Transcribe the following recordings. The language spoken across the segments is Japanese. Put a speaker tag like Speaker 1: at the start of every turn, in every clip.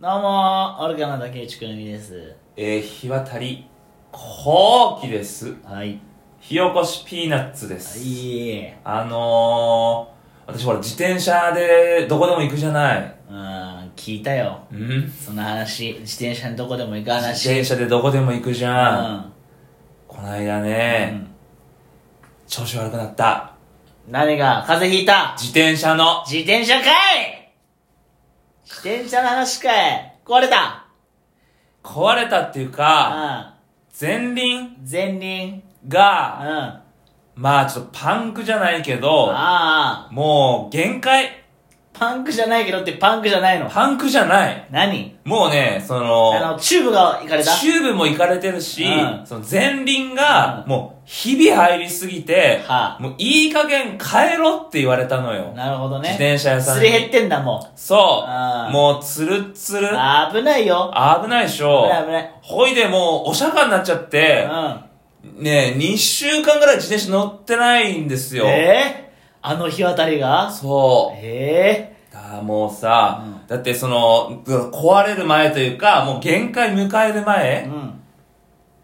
Speaker 1: どうもー、オルガの竹内くるみです。
Speaker 2: えー、日渡り、後期です。
Speaker 1: はい。
Speaker 2: 火起こしピーナッツで
Speaker 1: は
Speaker 2: す。
Speaker 1: い。
Speaker 2: あのー、私ほら、自転車でどこでも行くじゃない。
Speaker 1: うーん、聞いたよ。
Speaker 2: うん
Speaker 1: その話、自転車にどこでも行く
Speaker 2: 自
Speaker 1: 話。
Speaker 2: 転車でどこでも行くじ
Speaker 1: う
Speaker 2: ゃん。
Speaker 1: ん。
Speaker 2: こないだ
Speaker 1: う
Speaker 2: ね、
Speaker 1: ん。
Speaker 2: 調子悪くなった。
Speaker 1: 何が、風邪ひいた
Speaker 2: 自転車の、
Speaker 1: 自転車かい自転車の話かい壊れた
Speaker 2: 壊れたっていうか、
Speaker 1: う
Speaker 2: 前輪
Speaker 1: ん。前輪。うん。
Speaker 2: が、
Speaker 1: あ
Speaker 2: まあちょっとパンクじゃないけど、
Speaker 1: あ。
Speaker 2: もう限界。
Speaker 1: パンクじゃないけどってパンクじゃないの。
Speaker 2: パンクじゃない。
Speaker 1: 何
Speaker 2: もうね、そ
Speaker 1: あの、チューブが行かれた
Speaker 2: チューブも行かれてるし、
Speaker 1: うん
Speaker 2: その前輪が
Speaker 1: う、ん
Speaker 2: もう、日々入りすぎて、
Speaker 1: はあ
Speaker 2: もう、いい加減帰ろって言われたのよ。
Speaker 1: なるほどね。
Speaker 2: 自転車屋さん
Speaker 1: す
Speaker 2: に
Speaker 1: り減ってんだ、も
Speaker 2: そ
Speaker 1: あー
Speaker 2: う。もう、つるっつる
Speaker 1: う。。危ないよ。
Speaker 2: 危ないでし
Speaker 1: 危
Speaker 2: ょ
Speaker 1: な。い危ない。
Speaker 2: ほいで、もう、お釈迦になっちゃって、
Speaker 1: うん。
Speaker 2: ねえ、2週間ぐらい自転車乗ってないんですよ。
Speaker 1: ええあの日あたりが
Speaker 2: そう。
Speaker 1: ええ
Speaker 2: だからもうさ、
Speaker 1: うん
Speaker 2: だってその、壊れる前というか、もう限界迎える前、
Speaker 1: うん。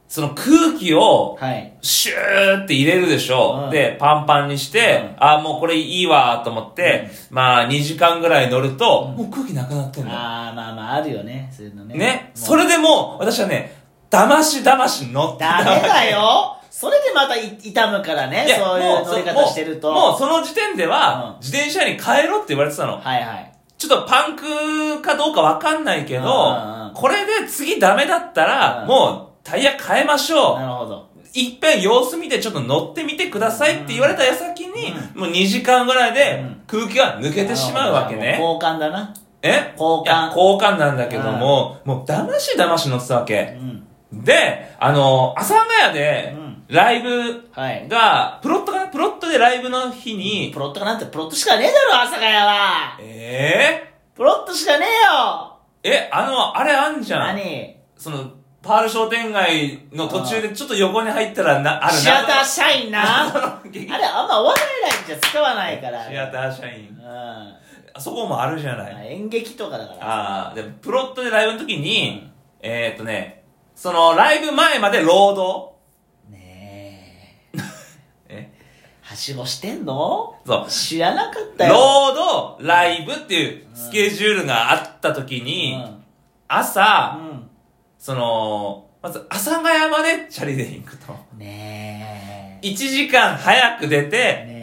Speaker 2: その空気を、
Speaker 1: はい。
Speaker 2: シューって入れるでし
Speaker 1: う
Speaker 2: ょ。
Speaker 1: ん
Speaker 2: で、パンパンにして、あーもうこれいいわーと思って、まあ2時間ぐらい乗ると、もう空気なくなってんだ。
Speaker 1: ああ、まあまあ、あるよね。そういうのね。
Speaker 2: ね。
Speaker 1: もう
Speaker 2: それでもう、私はね、騙し騙し乗って
Speaker 1: ダ
Speaker 2: た
Speaker 1: メだよそれでまたい痛むからね
Speaker 2: いや、
Speaker 1: そういう乗り
Speaker 2: も
Speaker 1: 方
Speaker 2: う
Speaker 1: してると。
Speaker 2: もうもうその時点では、
Speaker 1: うん
Speaker 2: 自転車に帰ろって言われてたの。
Speaker 1: はいはい。
Speaker 2: ちょっとパンクかどうかわかんないけ
Speaker 1: うんうんうん
Speaker 2: ど、これで次ダメだったら、
Speaker 1: うん
Speaker 2: もうタイヤ変えましょう
Speaker 1: な。るほど。
Speaker 2: いっぺん様子見てちょっと乗ってみてくださいって言われた矢先に、もう2時間ぐらいで
Speaker 1: うん
Speaker 2: 空気が抜けてしまうわけ
Speaker 1: なる
Speaker 2: ね。
Speaker 1: ほど交換だな。
Speaker 2: え
Speaker 1: 交換
Speaker 2: いや交換なんだけども、もう騙し騙し乗ってたわ
Speaker 1: う
Speaker 2: け。
Speaker 1: ん。
Speaker 2: で、あの、阿佐ヶ谷で
Speaker 1: うん、
Speaker 2: ライブ
Speaker 1: はい。
Speaker 2: が、プロットかなプロットでライブの日に
Speaker 1: プ、ロットかなんてプロットしかねえだろ、朝ヶ谷は
Speaker 2: え
Speaker 1: プロットしかねえよ
Speaker 2: ー、え、あの、あれあんじゃん。
Speaker 1: 何
Speaker 2: その、パール商店街の途中でちょっと横に入ったらな、あるな。
Speaker 1: シアター社員 なあ
Speaker 2: シ
Speaker 1: れあんまお笑いラインじゃ使わないから。
Speaker 2: アター社員。
Speaker 1: うん。
Speaker 2: あそこもあるじゃない。
Speaker 1: 演劇とかだから。
Speaker 2: ああ、で、プロットでライブの時に、えーっとね、その、ライブ前まで労働
Speaker 1: ねえ。
Speaker 2: え
Speaker 1: はしごしてんの
Speaker 2: そう。
Speaker 1: 知らなかったよ。
Speaker 2: 労働、ライブっていうスケジュールがあった時に、
Speaker 1: う
Speaker 2: 朝、
Speaker 1: ん。
Speaker 2: その、まず、阿佐ヶ谷までチャリで行くと。
Speaker 1: うん。ね
Speaker 2: 1時間早く出
Speaker 1: え。
Speaker 2: て、
Speaker 1: ね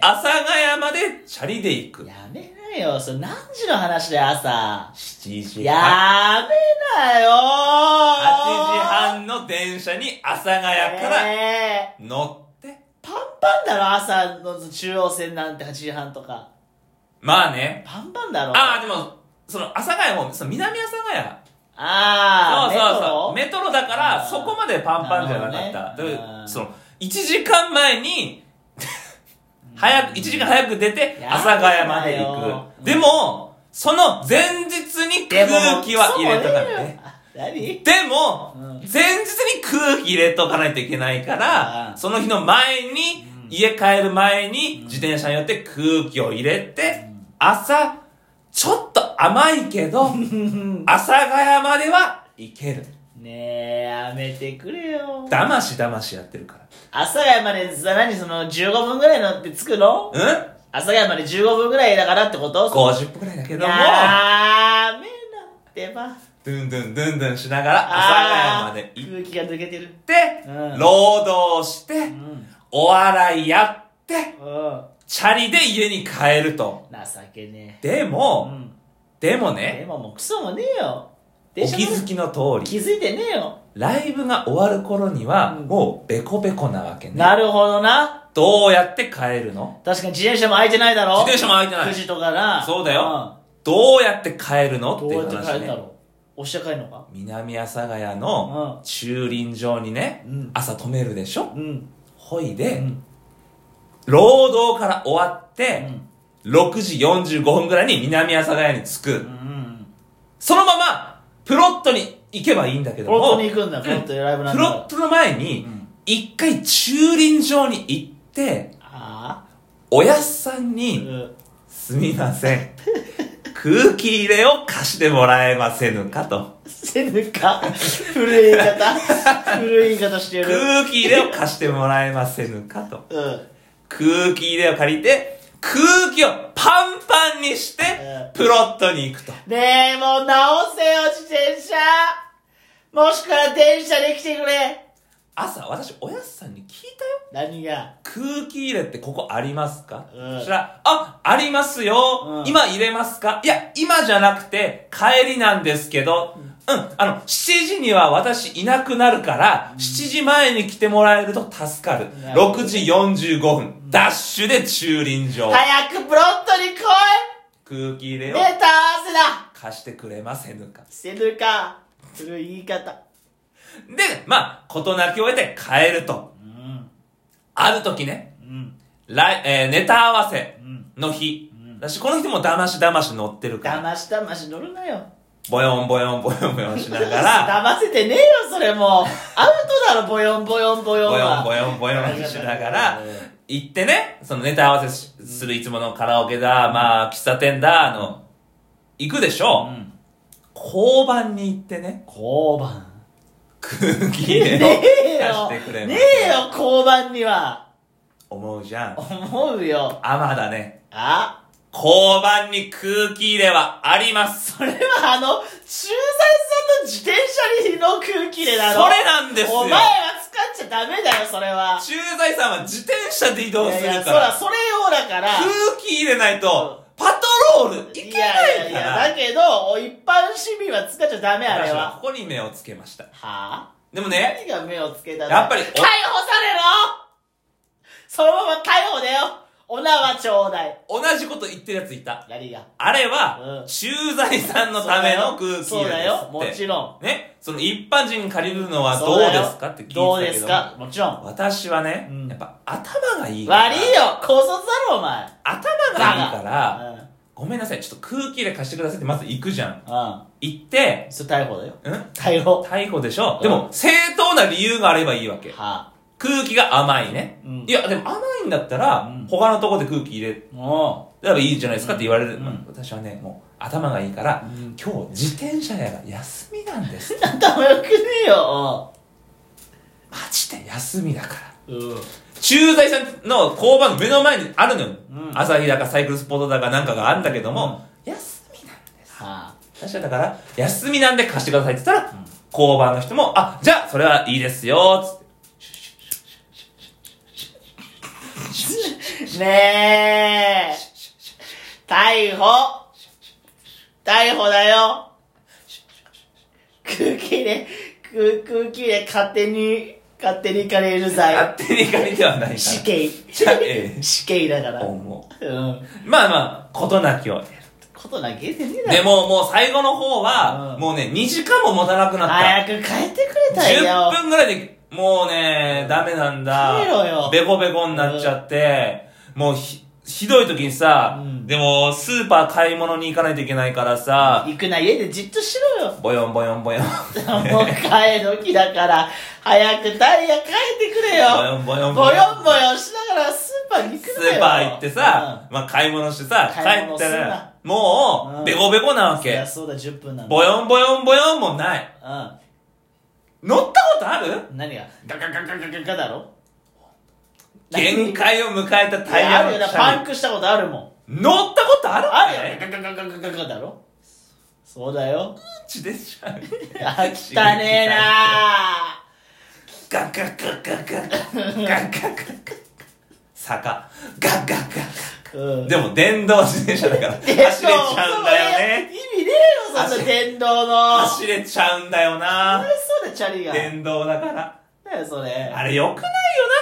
Speaker 2: 阿佐ヶ谷までチャリで行
Speaker 1: え。
Speaker 2: く。
Speaker 1: やめなよ。それ何時の話だよ、朝。
Speaker 2: 7時半。
Speaker 1: やめなよ
Speaker 2: 8時半の電車に阿佐ヶ谷から
Speaker 1: ねえ
Speaker 2: 乗って。
Speaker 1: パンパンだろ、朝の中央線なんて8時半とか。
Speaker 2: まあね。
Speaker 1: パンパンだろ。
Speaker 2: ああ、でも、その、阿佐ヶ谷も、その南阿佐ヶ谷。
Speaker 1: あ
Speaker 2: そうそうそ
Speaker 1: あ
Speaker 2: う。
Speaker 1: メ
Speaker 2: メトロだか
Speaker 1: あ
Speaker 2: ら、
Speaker 1: ー
Speaker 2: そこまでパンパンじゃなかった。
Speaker 1: なるほどね
Speaker 2: だから
Speaker 1: あー
Speaker 2: その、1時間前に、早く、1時間早く出て、
Speaker 1: やだよ
Speaker 2: 阿佐ヶ谷まで行
Speaker 1: うん
Speaker 2: く。でも、その前日に
Speaker 1: トロ。で
Speaker 2: 空
Speaker 1: も
Speaker 2: 気は入れとかな
Speaker 1: そう
Speaker 2: いと
Speaker 1: だ
Speaker 2: ね
Speaker 1: よ。あ何
Speaker 2: でも
Speaker 1: うん、
Speaker 2: 前日に空気入れとかないといけないか
Speaker 1: あー
Speaker 2: ら、その日の前に、家帰る前に、自転車によって空気を入れて、朝、ちょっと甘い けど、 阿佐ヶ谷までは行ける。
Speaker 1: ねえ、やめてくれよ。
Speaker 2: 騙し騙しやってるか
Speaker 1: 朝ヶ谷までさ、何その15分ぐらい乗って着くの
Speaker 2: ら。うん
Speaker 1: 朝ヶ谷まで15分ぐらいだからってこと
Speaker 2: ?50 分くらいだけども、
Speaker 1: やーめなってば。
Speaker 2: ドゥンドゥンドゥンドゥンしながら、阿佐ヶ谷まで行っ
Speaker 1: あー空気が抜けてる。
Speaker 2: て、
Speaker 1: うん
Speaker 2: 労働して
Speaker 1: う、ん。
Speaker 2: お笑いやって、
Speaker 1: うん。
Speaker 2: チャリで家に帰ると。
Speaker 1: 情けね
Speaker 2: で
Speaker 1: え。う
Speaker 2: も、
Speaker 1: ん。
Speaker 2: でも
Speaker 1: で
Speaker 2: ね、
Speaker 1: ももうクソもねえよ。
Speaker 2: お気づ
Speaker 1: き
Speaker 2: きの通り、
Speaker 1: 気づいてねえよ。
Speaker 2: ライブが終わる頃には、
Speaker 1: うん
Speaker 2: もうベコベコなわけね。
Speaker 1: なるほどな。
Speaker 2: どうやって帰るの
Speaker 1: 確かに自転車も空いてないだろ
Speaker 2: 自転車も空いてな
Speaker 1: 9
Speaker 2: い。
Speaker 1: 時とかな。
Speaker 2: そうだよどうやって帰るの
Speaker 1: うん。
Speaker 2: っ
Speaker 1: ど
Speaker 2: ていう
Speaker 1: や
Speaker 2: う
Speaker 1: って帰
Speaker 2: 話
Speaker 1: るんだろ
Speaker 2: ね。
Speaker 1: う。おしゃかいのか
Speaker 2: 南阿佐ヶ谷の駐輪場にね、
Speaker 1: うん
Speaker 2: 朝止めるでしょ
Speaker 1: うん。
Speaker 2: ほいで、
Speaker 1: うん
Speaker 2: 労働から終わっ
Speaker 1: う
Speaker 2: て、
Speaker 1: ん。
Speaker 2: 6時45分ぐらいに南阿佐ヶ谷に着く。
Speaker 1: うんうん。
Speaker 2: そのまま、プロットに行けばいいんだけ
Speaker 1: プ
Speaker 2: ど
Speaker 1: ロッ
Speaker 2: も、
Speaker 1: トに行くんだ、プロットでライブなん
Speaker 2: プ
Speaker 1: だ
Speaker 2: ロ
Speaker 1: から。
Speaker 2: ットの前に
Speaker 1: う、ん
Speaker 2: 一回駐輪場に行って、
Speaker 1: ああ
Speaker 2: おやっさん
Speaker 1: う
Speaker 2: に、
Speaker 1: ん
Speaker 2: すみません。空気入れを貸してもらえませぬかと。
Speaker 1: せぬか古い言い方古い言い方してる。
Speaker 2: 空気入れを貸してもらえませぬかと。
Speaker 1: うん。
Speaker 2: 空気入れを借りて、空気をパンパンにして
Speaker 1: え、
Speaker 2: プロットに行くと。
Speaker 1: ねえ、もう直せよ、自転車もしくは電車で来てくれ
Speaker 2: 朝、私、おやすさんに聞いたよ。
Speaker 1: 何が
Speaker 2: 空気入れってここありますか、
Speaker 1: うん
Speaker 2: そしたら、あ、ありますよ、
Speaker 1: うん
Speaker 2: 今入れますかいや、今じゃなくて、帰りなんですけど、うん、あの、7時には私いなくなるから、7時前に来てもらえると助かる。
Speaker 1: なるほど
Speaker 2: 6時45分、ダッシュで駐輪場。
Speaker 1: 早くプロットに来
Speaker 2: 空気入
Speaker 1: い
Speaker 2: れ
Speaker 1: 出
Speaker 2: を
Speaker 1: た汗だ
Speaker 2: 貸してくれませぬか。
Speaker 1: せぬか古い言い方。
Speaker 2: で、まあ、事なきを得て帰ると。
Speaker 1: うん。
Speaker 2: ある時ね、
Speaker 1: うん。
Speaker 2: 来、えーネタ合わせ
Speaker 1: うん。
Speaker 2: の日。
Speaker 1: うん
Speaker 2: 私、この人も騙し騙し乗ってるから。
Speaker 1: 騙し騙し乗るなよ。
Speaker 2: ボヨンボヨンボヨンボヨンしながら、
Speaker 1: 騙せてねえよ、それもう。アウトだろ、ボヨンボヨンボヨン
Speaker 2: ボヨ
Speaker 1: は。
Speaker 2: ンボヨンボヨンしながら、行ってね、そのネタ合わせしするいつものカラオケだ、まあ、喫茶店だ、あの、行くでし
Speaker 1: う
Speaker 2: ょ
Speaker 1: ん。
Speaker 2: 交番に行ってね、
Speaker 1: 交番。
Speaker 2: 空気入れ
Speaker 1: ねえ
Speaker 2: を
Speaker 1: よ
Speaker 2: 貸してくれ。ま
Speaker 1: ね
Speaker 2: す
Speaker 1: えよ、交番には。
Speaker 2: 思うじゃん。
Speaker 1: 思うよ。
Speaker 2: あまだね、
Speaker 1: あ
Speaker 2: 交番に空気入れはあります。
Speaker 1: それはあの、駐在さんの自転車にの空気でだろ。
Speaker 2: それなんですよ
Speaker 1: お前は使っちゃダメだよ、それは。
Speaker 2: 駐在さんは自転車で移動す
Speaker 1: い
Speaker 2: る
Speaker 1: やいや、そ
Speaker 2: か
Speaker 1: ら、
Speaker 2: ら、
Speaker 1: それ用だから。
Speaker 2: 空気入れないと、パトロール行けないか
Speaker 1: だ
Speaker 2: ら。
Speaker 1: けど、一般市民は使っちゃダメ、あれ
Speaker 2: 私は
Speaker 1: は。
Speaker 2: ここに目をつけました。
Speaker 1: はぁ
Speaker 2: でもね、
Speaker 1: 何が目をつけたの
Speaker 2: やっぱりお
Speaker 1: 逮捕されろそのまま逮捕だよお縄ちょうだい
Speaker 2: 同じこと言ってるやついた。
Speaker 1: 何が
Speaker 2: あれは
Speaker 1: う、ん
Speaker 2: 駐在さんのための空気入れですって。
Speaker 1: そうだよもちろん
Speaker 2: ね、その一般人に借りるのはど
Speaker 1: そうだよ
Speaker 2: ですかって聞いてたけど。
Speaker 1: どうですかもちろん
Speaker 2: 私はね、
Speaker 1: うん
Speaker 2: やっぱ頭がいいから。
Speaker 1: 悪いよ高卒だろお前
Speaker 2: 頭がいいから、
Speaker 1: うん
Speaker 2: ごめんなさい、ちょっと空気入れ貸してくださいってまず行くじゃん。
Speaker 1: うん
Speaker 2: 行って、
Speaker 1: それ逮捕だよ
Speaker 2: ん
Speaker 1: 逮捕
Speaker 2: 逮捕でしょ
Speaker 1: うん
Speaker 2: でも、正当な理由があればいいわけ。
Speaker 1: は
Speaker 2: 空気が甘いね。
Speaker 1: うん
Speaker 2: いや、でも甘いんだったら
Speaker 1: うん、
Speaker 2: 他のとこで空気入れ
Speaker 1: ぁも
Speaker 2: だからいいじゃないですかって言われる、
Speaker 1: うん
Speaker 2: まあ私はねもう頭がいいから、
Speaker 1: うん
Speaker 2: 今日自転車屋が休みなんです
Speaker 1: う頭良くねえよ
Speaker 2: マジで休みだから
Speaker 1: うん
Speaker 2: 駐在さんの交番の目の前にあるのよ、
Speaker 1: うん
Speaker 2: 朝日だかサイクルスポットだかなんかがあるんだけども、休みなんです
Speaker 1: は
Speaker 2: 私はだから休みなんで貸してくださいって言ったら、交番の人も「あじゃあそれはいいですよ」つって
Speaker 1: ぁねえ逮捕逮捕だよ空気で空空気で勝手に勝手に行かれる罪
Speaker 2: 勝手に借りてはないから
Speaker 1: 死刑
Speaker 2: じゃあええ
Speaker 1: 死刑だからうん
Speaker 2: 思うまあまあ事なきを得る
Speaker 1: ことなげてねえだ
Speaker 2: で
Speaker 1: ろ
Speaker 2: もうもう最後の方は、
Speaker 1: うん
Speaker 2: もうね2時間も持たなくなった
Speaker 1: 早く帰ってくれた
Speaker 2: 10
Speaker 1: よ
Speaker 2: 分ぐらいで、もうね、ダメなんだ。
Speaker 1: 帰ろよ
Speaker 2: ベコベコになっちゃって、もうひ、ひどい時にさ、
Speaker 1: うん
Speaker 2: でも、スーパー買い物に行かないといけないからさ、
Speaker 1: 行くな家でじっとしろよ
Speaker 2: ボヨンボヨンボヨン。
Speaker 1: もう帰る気だから早くダイヤ帰ってくれよ
Speaker 2: ボヨンボヨン
Speaker 1: ボヨンボヨンしながらスーパーに行く
Speaker 2: ス
Speaker 1: なよ
Speaker 2: ーパー行ってさ、まあ買い物してさ、
Speaker 1: 買い
Speaker 2: 帰っ
Speaker 1: 物
Speaker 2: た
Speaker 1: すん
Speaker 2: ら
Speaker 1: な、
Speaker 2: も
Speaker 1: う
Speaker 2: う、
Speaker 1: ん
Speaker 2: ベコベコなわ
Speaker 1: うん、いや
Speaker 2: け。
Speaker 1: そうだ10分なんだ
Speaker 2: ボヨンボヨンボヨンもない。乗ったことある
Speaker 1: うん何がガガガガガガガだろ
Speaker 2: 限界を迎えたタ
Speaker 1: タ
Speaker 2: イ
Speaker 1: イ
Speaker 2: ヤ
Speaker 1: ヤ
Speaker 2: の
Speaker 1: あるよなパ
Speaker 2: 車
Speaker 1: ンクしたことあるもん
Speaker 2: に。乗ったことある
Speaker 1: あるよ
Speaker 2: ね
Speaker 1: ガガガガガガガだろそうだよ
Speaker 2: 自転車。
Speaker 1: あったねえな
Speaker 2: ガンガンガンガンガンガンガンガンガン坂ガンガンガン
Speaker 1: う
Speaker 2: ガン
Speaker 1: ん
Speaker 2: でも電動自転車だから走
Speaker 1: で
Speaker 2: れ
Speaker 1: し
Speaker 2: ち
Speaker 1: ょ
Speaker 2: ゃうんだよね
Speaker 1: 意味ねえよそんな電動の
Speaker 2: 走れちゃうんだよ
Speaker 1: かわ
Speaker 2: ない
Speaker 1: そうだチャリが
Speaker 2: 電動だから
Speaker 1: だよそれ
Speaker 2: あれよくない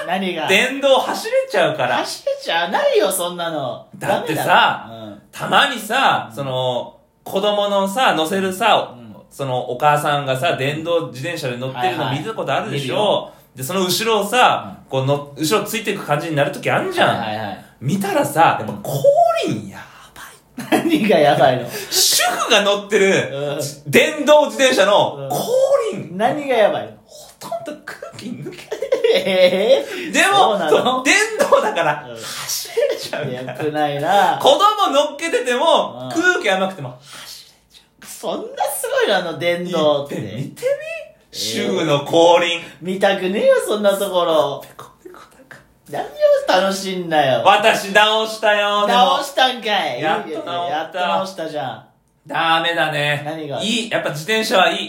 Speaker 2: よ
Speaker 1: 何
Speaker 2: な
Speaker 1: が
Speaker 2: 電動走れちゃうから
Speaker 1: 走れちゃないよそんなの
Speaker 2: だってさ
Speaker 1: ダメだろうん
Speaker 2: たまにさその子供のさ乗せるさ
Speaker 1: うん
Speaker 2: そのお母さんがさ電動自転車で乗ってるの
Speaker 1: はいはい
Speaker 2: 見たことあるでし
Speaker 1: 見る
Speaker 2: ょでその後ろをさこうの後ろついていく感じになるときあるじゃ
Speaker 1: は
Speaker 2: ん
Speaker 1: いはいはい
Speaker 2: 見たらさやっぱ後輪やばい
Speaker 1: 何がやばいの
Speaker 2: 主婦が乗ってる
Speaker 1: うん、
Speaker 2: 電動自転車の
Speaker 1: うん
Speaker 2: 後輪、
Speaker 1: 何がやばいの
Speaker 2: ほとんど空気抜けて
Speaker 1: ええ
Speaker 2: で
Speaker 1: そう
Speaker 2: も、
Speaker 1: な
Speaker 2: そ
Speaker 1: の
Speaker 2: の電動だから、
Speaker 1: うん
Speaker 2: 走れちゃうから。
Speaker 1: よくないな
Speaker 2: 子供乗っけてても、
Speaker 1: うん
Speaker 2: 空気甘くても、
Speaker 1: そんなすごいのあの電動
Speaker 2: 行
Speaker 1: っ
Speaker 2: って見てみ
Speaker 1: て
Speaker 2: 週の降臨。
Speaker 1: 見たくねえよそんなところ
Speaker 2: ペコペコだか
Speaker 1: 何を楽しんだ
Speaker 2: ら
Speaker 1: よ
Speaker 2: 私直したよ、でも
Speaker 1: 直。したんかい
Speaker 2: やっと直った
Speaker 1: やっと直したじゃん
Speaker 2: ダメだね。
Speaker 1: 何が
Speaker 2: いい。やっぱ自転車はい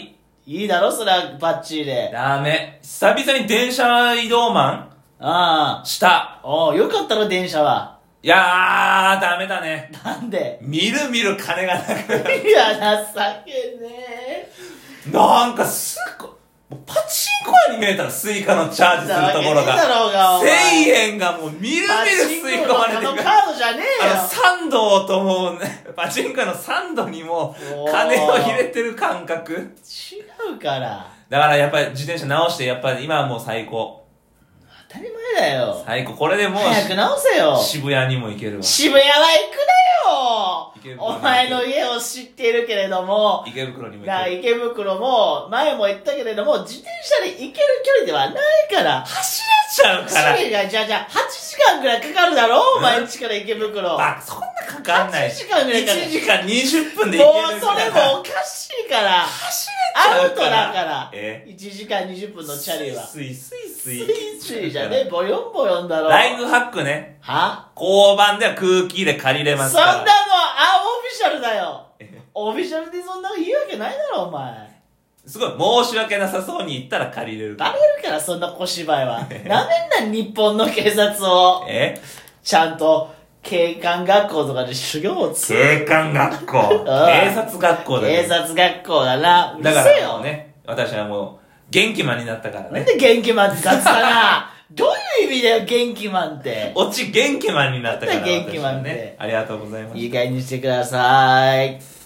Speaker 2: い。
Speaker 1: いいだろそれはバッチリで
Speaker 2: ダメ。久々に電車移動マ
Speaker 1: あ
Speaker 2: ンし
Speaker 1: あ
Speaker 2: た。
Speaker 1: おうよかったろ電車はい
Speaker 2: やー、ダメだね。
Speaker 1: なんで
Speaker 2: みるみる金がなくなる。
Speaker 1: いや情けねえ
Speaker 2: なんかすっごもうパチンコ屋に見えたらスイカのチャージするところ
Speaker 1: なわけねえだろうが
Speaker 2: が
Speaker 1: お
Speaker 2: 1000
Speaker 1: 前
Speaker 2: 円がもうみるみる吸い込まれて
Speaker 1: あの
Speaker 2: く
Speaker 1: カ
Speaker 2: る
Speaker 1: ードじゃねえよ
Speaker 2: あのサンドともうねパチンコ屋のサンドにも
Speaker 1: おー
Speaker 2: 金を入れてる感覚
Speaker 1: 違うから
Speaker 2: だからやっぱり自転車直してやっぱり今はもう最高
Speaker 1: 当たり前だよ
Speaker 2: 最高これでもう
Speaker 1: 早く直せよ
Speaker 2: 渋谷にも行けるわ
Speaker 1: 渋谷は行くなよ
Speaker 2: 池袋
Speaker 1: お前の家を知っているけれども、
Speaker 2: 池袋にも行
Speaker 1: な
Speaker 2: ける
Speaker 1: 池袋も、前も言ったけれども、自転車で行ける距離ではないから。
Speaker 2: 走れちゃうから
Speaker 1: 走りが、じゃあじゃあ、8時間くらいかかるだろお前んちから池袋。もう
Speaker 2: あそんなかかんない
Speaker 1: 8時間ぐらいかかる
Speaker 2: 1時間20分
Speaker 1: そ
Speaker 2: で
Speaker 1: れ
Speaker 2: 行
Speaker 1: も
Speaker 2: ける
Speaker 1: おかしいから。
Speaker 2: 走
Speaker 1: アウ
Speaker 2: れちゃ
Speaker 1: ト
Speaker 2: う
Speaker 1: だから。
Speaker 2: え
Speaker 1: 1時間20分のチャリは。
Speaker 2: スイスイス
Speaker 1: ス
Speaker 2: イ
Speaker 1: イスイじゃねボヨンボヨンだろ。
Speaker 2: ライフハックね
Speaker 1: は
Speaker 2: 交番では空気で借りれ
Speaker 1: そ
Speaker 2: ま
Speaker 1: ん
Speaker 2: す
Speaker 1: な
Speaker 2: か
Speaker 1: の、
Speaker 2: ら
Speaker 1: あ、オフィシャルだよ。オフィシャルでそんなの言うわけないだろ、お前。
Speaker 2: すごい申し訳なさそうに言ったら借りれる
Speaker 1: バレるから、そんな小芝居は。なめんな、日本の警察を。
Speaker 2: え
Speaker 1: ちゃんと、警官学校とかで修行をつ
Speaker 2: 警官学 校警察学校だね
Speaker 1: 警察学校だな。うる
Speaker 2: だか
Speaker 1: せえ
Speaker 2: らも
Speaker 1: よ。
Speaker 2: うね私はもう元気マンになったから
Speaker 1: なん
Speaker 2: ね
Speaker 1: で元気マンって雑だな。どういう意味だよ、元気マン って。
Speaker 2: オチ元気マンになったから
Speaker 1: 元気マンで
Speaker 2: 私はねありがとうございます
Speaker 1: いい加減にしてください。